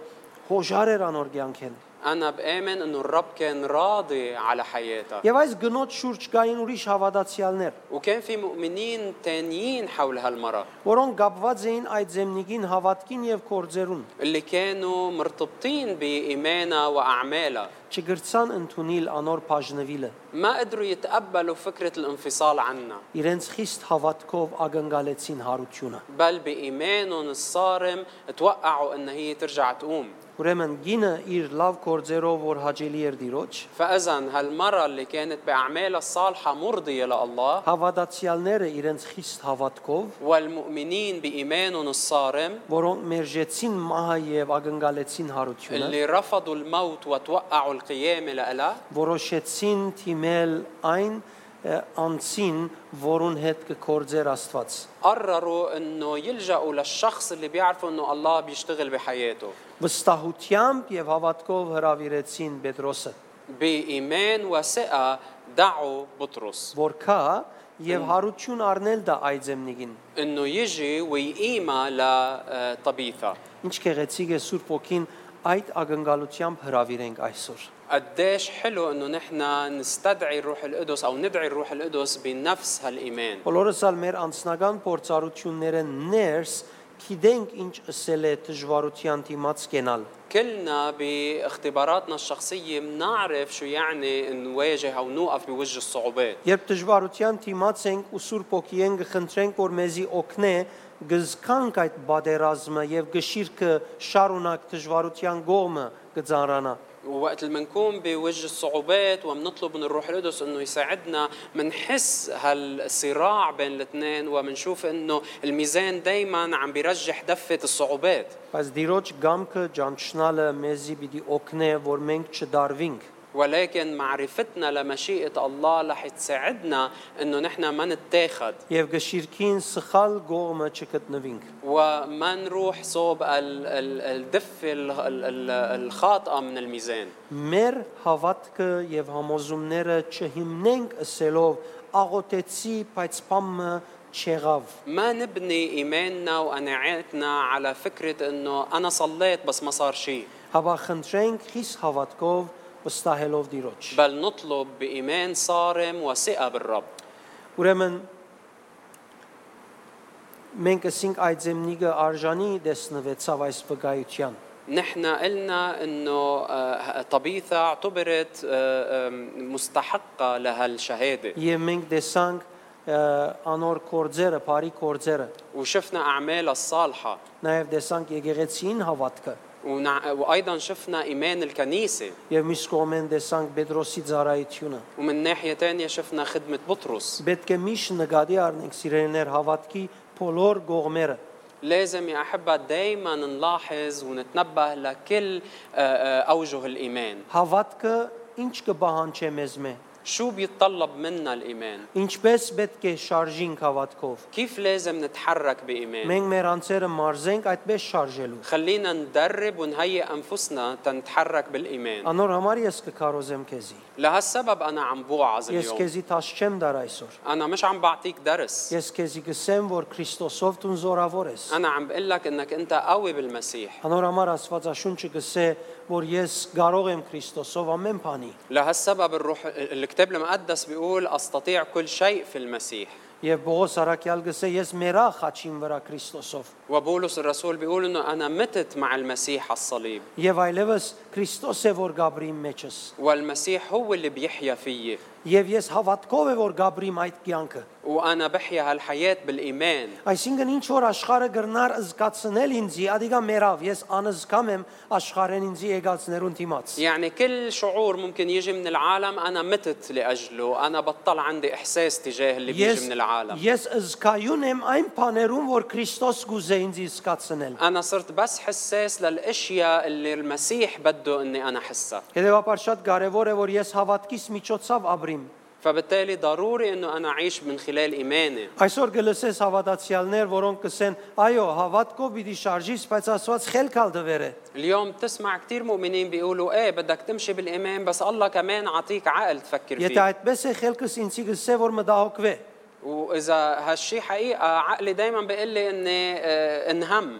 A: հոժար էր անոր կյանքեն։
B: انا بامن انه الرب كان راضي على حياتها
A: Եվ այս գնոջ շուրջ կային ուրիշ հավատացյալներ,
B: وكان في مؤمنين تانيين حول هالمرة
A: որոնք կապված էին այդ զեմնիկին հավատքին եւ կորձերուն։
B: اللي كانوا مرتبطين بإيمانها وأعمالها
A: Չգրցան ընդունիլ անոր բաժնվիլը։
B: ما قدروا يتقبلوا فكرة الانفصال عنا
A: Իրենց խիստ հավատքով ագնկալեցին հարությունը։
B: بل بإيمانهم الصارم توقعوا إن هي ترجع تقوم
A: Ուրեմն գինը իր լավ կորձերով որ հաջելի էր դիրոջ,
B: فإذا هالمرة اللي كانت بأعمالها الصالحة مرضية لله
A: հավատացյալները իրենց խիստ հավատքով,
B: والمؤمنين بإيمانهم الصارم
A: որոնք մերժեցին մահը եւ ագնկալեցին հարությունը,
B: اللي رفضوا الموت وتوقعوا القيامة لإله
A: որոշեցին թիմել այն ը, անձին, որուն հետ կկործեր Աստված,
B: قرروا انه يلجأوا للشخص اللي بيعرفوا انه الله بيشتغل بحياته
A: վստահությամբ եւ հավատքով հրավիրեցին Պետրոսը,
B: بإيمان وثقة دعوا بطرس
A: որ քա եւ հարություն առնել դա այդ զեմնիկին։
B: انه يجي ويقيمها لطبيثة
A: Ինչ կեղեցիկ է Սուրբ Օքին այդ ակնկալությամբ հրավիրենք այսօր։
B: قديش حلو انه نحن نستدعي الروح القدس او ندعي الروح القدس بنفس هالايمان
A: Բոլորս ալ մեր անձնական փորձառությունները ներս գիտենք ինչ ասել է դժվարության դիմաց կենալ։
B: كلنا باختباراتنا الشخصية بنعرف شو يعني نواجه او نوقف بوجه الصعوبات
A: Երբ դժվարության դիմաց ենք ու Սուրբ Օքիեն գխնդրենք, որ մեզի օգնե գզկանք այդ բادرազմը եւ գշիրքը շարունակ դժվարության գողմը կծանրանա։
B: ووقت اللي بنكون بوجه الصعوبات وبنطلب من الروح القدس انه يساعدنا بنحس هالصراع بين الاثنين وبنشوف انه الميزان دائما عم بيرجح دفه الصعوبات
A: Բայց Տիրոջ գամքը ճանչնալը մեզի պիտի օգնե, որ մենք չդարվենք։
B: ولكن معرفتنا لمشيئه الله رح تساعدنا انه نحن ما نتاخد
A: Եվ գշիրքին սխալ գողմը չգտնվենք։
B: وما نروح صوب ال- ال- الدفه ال- ال- ال- الخاطئه من الميزان
A: Մեր հավատքը եւ համոզումները չհիմնենք ասելով աղոթեցի, բայց բամը չեղավ։
B: ما نبني ايماننا وقناعاتنا على فكره انه انا صليت بس ما صار شيء
A: Հավա խնդրենք խիս հավատքով վստահելով Տիրոջ։
B: بل نطلب بإيمان صارم وثقة بالرب
A: Ուրեմն մենք ասենք այդ զեմնիկը արժանի դեսնվեցավ այս վկայության։
B: نحن قلنا انه آه، طبيثة اعتبرت آه، آم، مستحقة لهالشهادة
A: Եվ մենք տեսանք ը, անոր կորձերը, բարի կորձերը,
B: وشفنا أعمالها الصالحة
A: նաև տեսանք եկեղեցին հավատքը։
B: ونع... وأيضا شفنا إيمان الكنيسة
A: Եվ մյուս կողմեն տեսանք Պետրոսի ծառայությունը։
B: ومن ناحية تانية شفنا خدمة بطرس
A: Պետք է միշտ նկատի առնենք սիրելիներ հավատքի բոլոր գողմերը։
B: لازم يا أحبة دايما نلاحظ ونتنبه لكل آه، آه، أوجه الإيمان
A: Հավատքը ինչ կբահանչե մեզ մե։
B: شو بيتطلب منا الإيمان
A: Ինչպես պետք է շարժենք հավատքով։
B: كيف لازم نتحرك بإيمان
A: Մենք մեր անձերը մարզենք այդպես շարժելու։
B: خلينا ندرب ونهيئ انفسنا تنتحرك بالايمان
A: Անոր համար ես կքարոզեմ քեզի։
B: لهالسبب انا عم بوعظ
A: Ես
B: اليوم
A: քեզի տաս չեմ դար այսօր։
B: انا مش عم بعطيك درس
A: Ես քեզի կսեմ, որ Քրիստոսով դու զորավոր ես։
B: انا عم بقول لك انك انت قوي بالمسيح
A: Անոր համար Աստվածաշունչը գսե, որ ես կարող եմ Քրիստոսով ամեն բանի։
B: لهالسبب الروح ال- الكتاب المقدس بيقول استطيع كل شيء في المسيح
A: Եվ Պողոս Արաքյալ գսե ես մերախ աչին վրա Քրիստոսով։
B: وبولس الرسول بيقول انه انا متت مع المسيح على الصليب
A: Եվ այլևս Քրիստոս է որ գաբրի իմ մեջս։
B: والمسيح هو اللي بيحيا فيي
A: Եվ ես հավատքով է որ գաբրիմ այդ կյանքը։
B: وانا بحيا هالحياه بالايمان
A: Այսինքն ինչ որ աշխարը գրնար զգացնել ինձի, ադիգա մերավ, ես անզգամ եմ աշխարեն ինձի եկածներուն դիմաց։
B: يعني كل شعور ممكن يجي من العالم انا متت لاجله انا بطل عندي احساس تجاه اللي
A: Ես
B: بيجي من العالم
A: ես զգայուն եմ այն բաներուն, որ Քրիստոս գուզե ինձի զգացնել։
B: انا صرت بس حساس للاشياء اللي المسيح بده اني انا احسها
A: Հետևաբար շատ կարևոր է որ ես հավատքիս միջոցով ապրիմ։
B: فبالتالي ضروري انه انا اعيش من خلال ايماني
A: Այսօր գլսես հավատացյալներ, որոնք կսեն, այո, հավատքով պիտի շարժիս, բայց Աստված խելքալ դվեր է։
B: اليوم بتسمع كثير مؤمنين بيقولوا ايه بدك تمشي بالايمان بس الله كمان عطيك عقل تفكر
A: Եթե
B: فيه
A: այդպես է խելքս ինձի գսե որ մտահոգվե,
B: واذا هالشي حقيقه عقلي دائما بيقول لي اني آه، انهم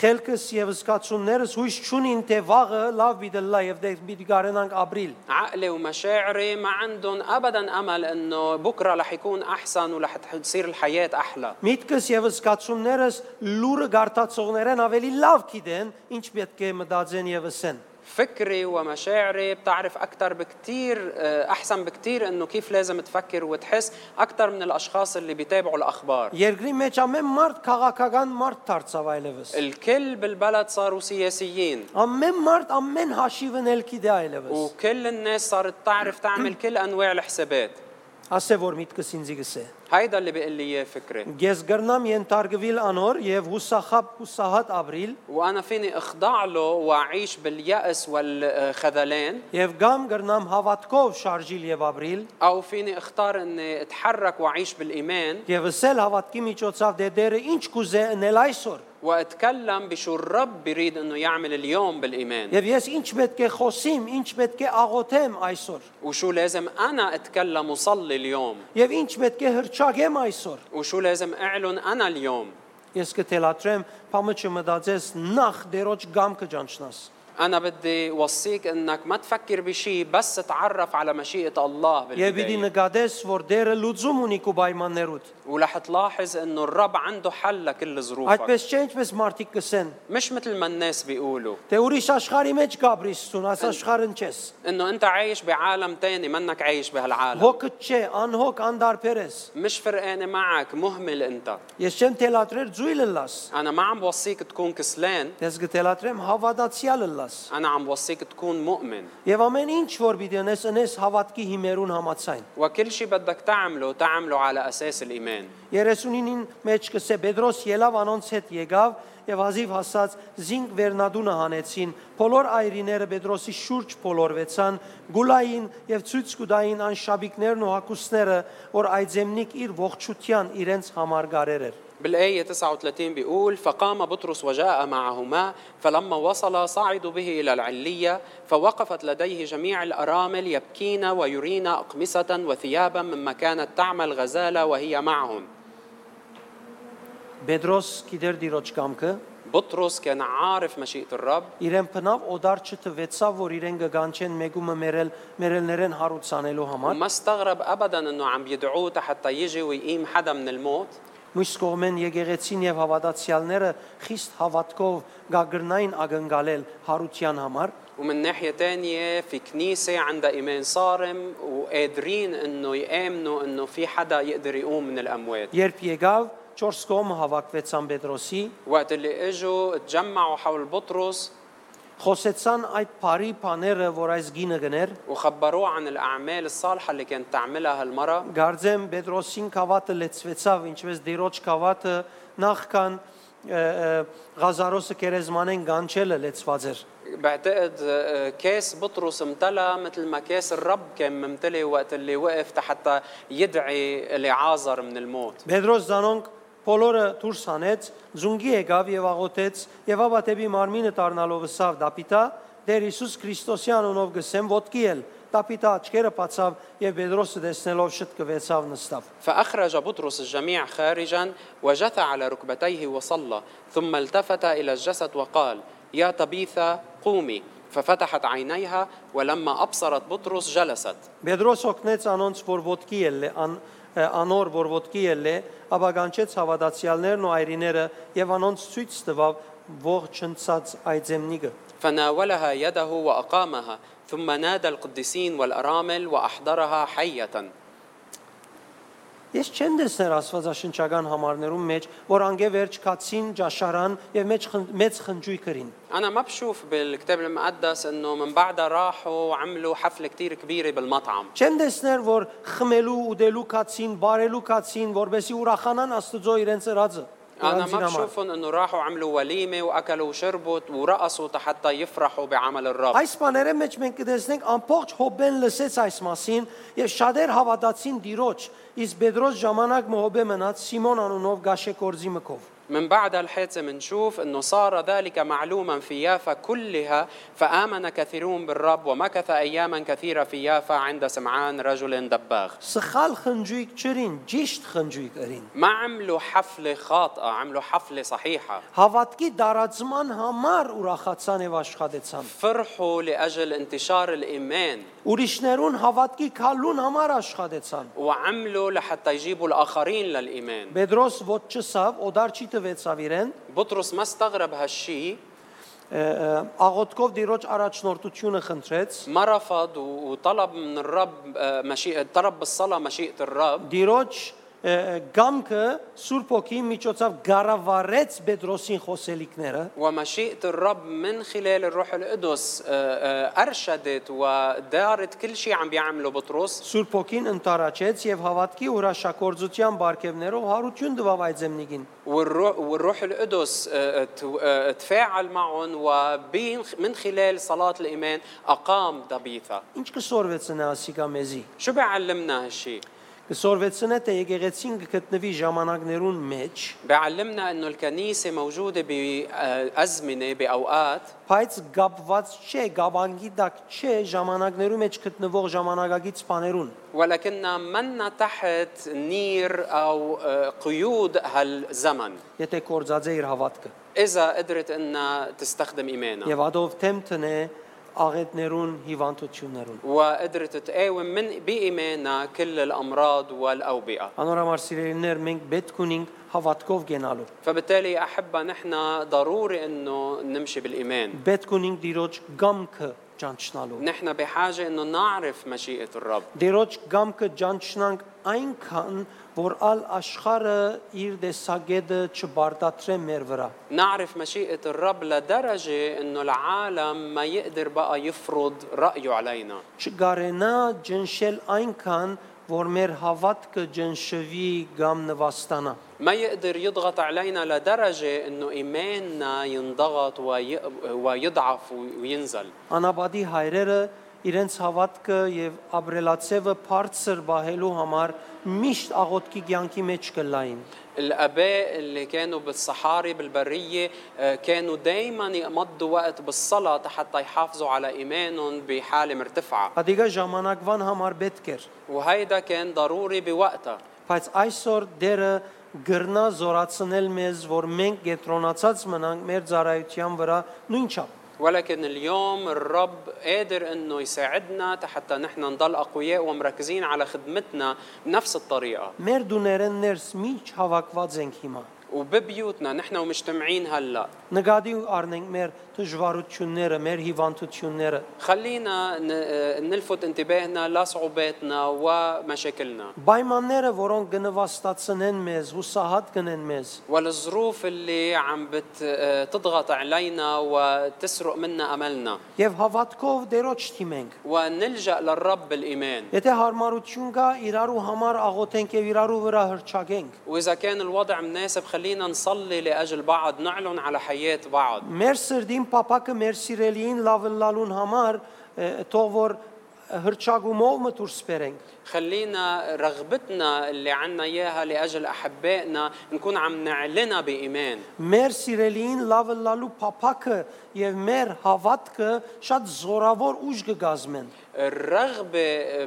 A: Խելքս եւ զգացումներս հույս չունին թե վաղը լավ բիդլա եւ դե մի գարենանք ապրիլ։
B: عقلي ومشاعري ما عندهم ابدا امل انه بكره رح يكون احسن ورح تصير الحياه احلى
A: Միտքս եւ զգացումներս լուրը գարտացողներ են ավելի լավ գիտեն, ինչ պետք է մտածեն եւ ասեն։
B: فكري ومشاعري بتعرف آه، اكثر بكثير احسن بكثير انه كيف لازم تفكر وتحس اكثر من الاشخاص اللي بيتابعوا الاخبار
A: Երկրի մեջ ամեն մարդ քաղաքական մարդ դարձավ այլևս։
B: الكل بالبلد صاروا سياسيين
A: Ամեն մարդ ամեն հաշիվն էլ գիտե այլևս։
B: وكل الناس صارت تعرف تعمل كل انواع الحسابات
A: Ասե որ միտքս ինձի գսե։
B: هيدا اللي بيقول لي اياه فكري
A: Ես գրնամ ենթարկվել անոր եւ հուսախապ հուսահատ ապրիլ
B: وانا فيني اخضع له واعيش باليأس والخذلان
A: եւ գամ գրնամ հավատքով շարժիլ եւ ապրիլ
B: او فيني اختار اني اتحرك واعيش بالايمان
A: Եվ ասել հավատքի միջոցով դե դերը ինչ կուզե անել այսօր։
B: واتكلم بشو الرب بيريد انه يعمل اليوم بالايمان
A: Եվ ես ինչ պետք է խոսիմ, ինչ պետք է աղոթեմ այսօր։
B: وشو لازم انا اتكلم وصلي اليوم
A: Եվ ինչ պետք է հրճակեմ այսօր։
B: وشو لازم اعلن انا اليوم
A: Ես կթելատրեմ, փամը չմտածես նախ դերոջ գամքը ճանչնաս։
B: انا بدي وصيك انك ما تفكر بشيء بس تعرف على مشيئه الله
A: Եվ պիտի
B: بالبدايه
A: նկատես, որ դերը լուծում ունի քո պայմաններուդ։
B: ورح تلاحظ انه الرب عنده حل لكل ظروفك
A: Այդպես չէ, ինչպես մարդիկ կսեն,
B: مش مثل ما الناس بيقولوا
A: թե ուրիշ աշխարհի մեջ գաբրիս ցուն, աս աշխարհն չես։
B: انه انت عايش بعالم تاني منك عايش بهالعالم
A: Հոգը չէ, անհոգ անդարբեր ես։
B: مش فرقانه معك مهمل انت
A: Ես չեմ թելատրեր ծույլը լաս։
B: انا ما عم بوصيك تكون كسلان
A: Ես կթելատրեմ հավատացյալը լաս։
B: انا عم بوصيك تكون مؤمن
A: Եվ ամեն ինչ որ պիտի անես, անես հավատքի հիմերուն համացայն։
B: وكل شيء بدك تعمله تعمله على اساس الايمان
A: 39-ին մեջ կսե Պետրոս ելավ անոնց հետ եկավ եւ ազիվ հասած զինք վերնադունը հանեցին։ Բոլոր այրիները Պետրոսի շուրջ փոլորվեցան, գուլային եւ ցույց կուտային անշաբիկներն ու հակուսները, որ այդ զեմնիկ իր ողջության իրենց համար գարեր էր։
B: بالآية 39 بيقول فقام بطرس وجاء معهما فلما وصل صعدوا به إلى العلية فوقفت لديه جميع الأرامل يبكين ويرين أقمصة وثيابا مما كانت تعمل غزالة وهي معهم
A: Պետրոս գիտեր դիրոջ կամքը,
B: بطرس كان عارف مشيئة الرب
A: իրեն փնավ օդար չթվեցավ, որ իրեն կգանչեն մեգումը մերել, մերելներեն հարուցանելու համար։
B: وما استغرب أبدا أنه عم يدعوه حتى يجي ويقيم حدا من الموت
A: Մույս կողմեն եկեղեցին եւ հավատացյալները խիստ հավատքով գագրնային ագնկալել հարության համար,
B: ومن ناحية تانية في كنيسة عندها إيمان صارم وقادرين أنه يآمنوا أنه في حدا يقدر يقوم من الأموات
A: երբ եկավ 4 կողմը հավաքվեցան Պետրոսի,
B: وقت اللي اجوا تجمعوا حول بطرس
A: խոսեցան այդ բարի բաները, որ այս գինը գներ,
B: وخبروه عن الاعمال الصالحه اللي كانت تعملها هالمره
A: Գարձեմ Պետրոսին կավատը լեցվեցավ, ինչպես դիրոջ կավատը նախքան ը, ը, Ղազարոսը կերեզմանեն գանչելը լեցված էր։
B: بعتقد آه، كاس بطرس امتلى مثل ما كاس الرب كان ممتلي وقت اللي وقف حتى يدعي لعازر من الموت
A: Պետրոս զանոնք բոլորը դուրս հանեց, զունգի եկավ եւ աղոթեց, եւ ապա դեպի մարմինը դառնալով սավ Դապիտա, Տեր Հիսուս Քրիստոսյան ունով գսեմ ոտքի էլ։ Դապիտա աչքերը բացավ եւ Պետրոսը տեսնելով շտկվեցավ նստավ։
B: فاخرج بطرس الجميع خارجا وجثى على ركبتيه وصلى ثم التفت الى الجسد وقال يا طبيثة قومي ففتحت عينيها ولما أبصرت بطرس جلست
A: Պետրոս օգնեց անոնց, որ ոդկի ելը, ան անոր որ ոդկի ելը, ապա գանչեց հավատացյալներն ու այրիները եւ անոնց ցույց տվավ ողջնցած այձեմնիկը։
B: فناولها يده وأقامها ثم نادى القديسين والأرامل وأحضرها حية
A: Ես չեմ տեսներ աստվածաշնչական համարներում մեջ, որ անգե վերջ կացին ճաշարան եւ մեջ խն- մեծ խնջույք կրին։
B: أنا ما بشوف بالكتاب المقدس إنه من بعدها راحوا وعملوا حفلة كتير كبيرة بالمطعم
A: Չեմ տեսներ, որ խմելու ու դելու կացին, բարելու կացին, որբեսի ուրախանան Աստծո իրենց հրածը։
B: أنا
A: իրանցին
B: ما
A: համար։
B: بشوفهم إنه راحوا عملوا وليمة وأكلوا وشربوا ورقصوا حتى يفرحوا بعمل الرب
A: Այս բաները մեջ մենք կտեսնենք ամբողջ Հոբեն լսեց այս մասին եւ շատեր հավատացին Տիրոջ, իսկ Պետրոս ժամանակ Մոհոբե մնաց Սիմոն անունով Գաշեկորձի մկով։
B: من بعد الحادثة منشوف أنه صار ذلك معلوما في يافا كلها فآمن كثيرون بالرب ومكث أياما كثيرة في يافا عند سمعان رجل دباغ
A: Սխալ խնջույք չրին, ճիշտ խնջույք ըրին։
B: ما عملوا حفلة خاطئة عملوا حفلة صحيحة
A: Հավատքի դարացման համար ուրախացան եւ աշխատեցան։
B: فرحوا لأجل انتشار الإيمان
A: Ուրիշներուն հավատքի քալուն համար աշխատեցան։
B: وعملوا لحتى يجيبوا الآخرين للإيمان
A: Պետրոս ոչ չսավ, օդար չի տվեցավ իրեն,
B: بطرس ما استغرب هالشي
A: ը, ը, աղոթքով Տիրոջ առաջնորդությունը խնդրեց։
B: ما رفض و- وطلب من الرب آه، مشيئة طلب بالصلاة مشيئة الرب
A: Տիրոջ ը, ը, գամքը Սուրբ ոգի միջոցով գարավարեց Պետրոսին խոսելիքները
B: ومشيئة الرب من خلال الروح القدس آه، آه، أرشدت ودارت كل شيء عم بيعمله بطرس
A: Սուրբ ոգին ընտարաճեց եւ հավատքի ուրաշակորձության բարգեւներով հարություն տվավ այդ զեմնիկին
B: والروح, والروح القدس آه، آه، تو- آه، تفاعل معهم ومن خلال صلاة الإيمان أقام دبيثة
A: ինչ կսորվեցնե ասիկա մեզի
B: شو بيعلمنا هالشي؟
A: կսորվեցնե թե եկեղեցին կգտնվի ժամանակներուն մեջ
B: بيعلمنا انه الكنيسه موجوده آه، بازمنه باوقات
A: բայց գապված չէ գավանգի դակ չէ ժամանակներու մեջ գտնվող ժամանակագից բաներուն
B: ولكننا منا تحت نير او آه، قيود هالزمن
A: եթե կորցածե իր հավատքը
B: اذا قدرت انها تستخدم ايمانها
A: եւ ադով թեմ տնե աղետներուն հիվանդություններուն
B: وقدرت تقاوم من بايمانها كل الامراض والاوبئه
A: Անորամար սիրելիներ, մենք պետք ունենք հավատքով գնալու։
B: فبالتالي احبه نحن ضروري انه نمشي بالايمان
A: Պետք ունենք Տիրոջ գամքը ճանչնալու։
B: نحن بحاجه انه نعرف مشيئه الرب
A: Տիրոջ գամքը ճանչնանք այնքան, որ ալ աշխարը իր դեսագետը չբարտատրե մեր վրա։
B: نعرف مشيئة الرب لدرجة إنه العالم ما يقدر بقى يفرض رأيه علينا
A: Չգարենա ջնշել այնքան, որ մեր հավատքը ջնշվի կամ նվաստանա։
B: ما يقدر يضغط علينا لدرجة إنه إيماننا ينضغط وي... ويضعف وينزل
A: Անաբադի հայրերը իրենց հավատքը եւ ապրելացեվը բարձր բահելու համար միշտ աղոտքի կյանքի մեջ կլային։
B: الآباء اللي كانوا بالصحاري بالبرية آه، كانوا دايما يقضوا وقت بالصلاة حتى يحافظوا على إيمانهم بحالة مرتفعة
A: Ադիգա ժամանակվան համար պետք էր,
B: وهيدا كان ضروري بوقتها
A: բայց այսօր դերը գրնա զորացնել մեզ, որ մենք գետրոնացած մնանք մեր ծառայության վրա նույնչափ։
B: ولكن اليوم الرب قادر انه يساعدنا حتى نحن نضل اقوياء ومركزين على خدمتنا بنفس الطريقه
A: Մեր դուներեններս միջ հավաքված ենք հիմա։
B: وببيوتنا نحن ومجتمعين هلا
A: Նկատի առնենք մեր դժվարությունները, մեր հիվանդությունները։
B: خلينا ن- آه، نلفت انتباهنا لصعوباتنا ومشاكلنا
A: Պայմանները, որոնք գնվաստացնեն մեզ, հուսահատ գնեն մեզ,
B: والظروف اللي عم بتضغط علينا وتسرق منا املنا
A: եւ հավատքով դերոջ թիմենք։
B: ونلجا للرب بالايمان
A: Եթե հարմարություն կա, իրարու համար աղոթենք եւ իրարու վրա հրճագենք։
B: واذا كان الوضع مناسب خلينا نصلي لاجل بعض نعلن على حياه بعض
A: Մեր սրդին Պապակը մեր սիրելիին լավ լալուն համար ը, թող որ հրճագումով մտուրս բերենք։
B: خلينا رغبتنا اللي عنا اياها لاجل احبائنا نكون عم نعلنها بايمان
A: Մեր սիրելիին լավ լալու Պապակը եւ մեր հավատքը շատ զորավոր ուժ կգազմեն։
B: الرغبة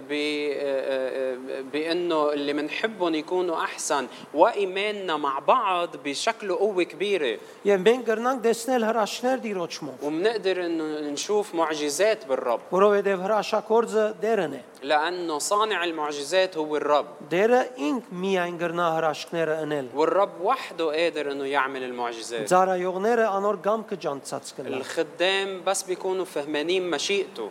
B: ب... آه، بأنه اللي منحبهم يكونوا أحسن وإيماننا مع بعض بشكله قوة كبيرة
A: Եվ մենք կրնանք տեսնել հրաշներ Տիրոջ մոտ,
B: ومنقدر إنه نشوف معجزات بالرب
A: որովհետև հրաշագործը Տերն է։
B: لأنه صانع المعجزات هو الرب
A: Տերը ինք միայն կրնա հրաշքները ընել։
B: والرب وحده قادر انه يعمل المعجزات
A: Ծարայողները անոր գամ կջանցած կլա։
B: الخدام بس بيكونوا فهمانين مشيئته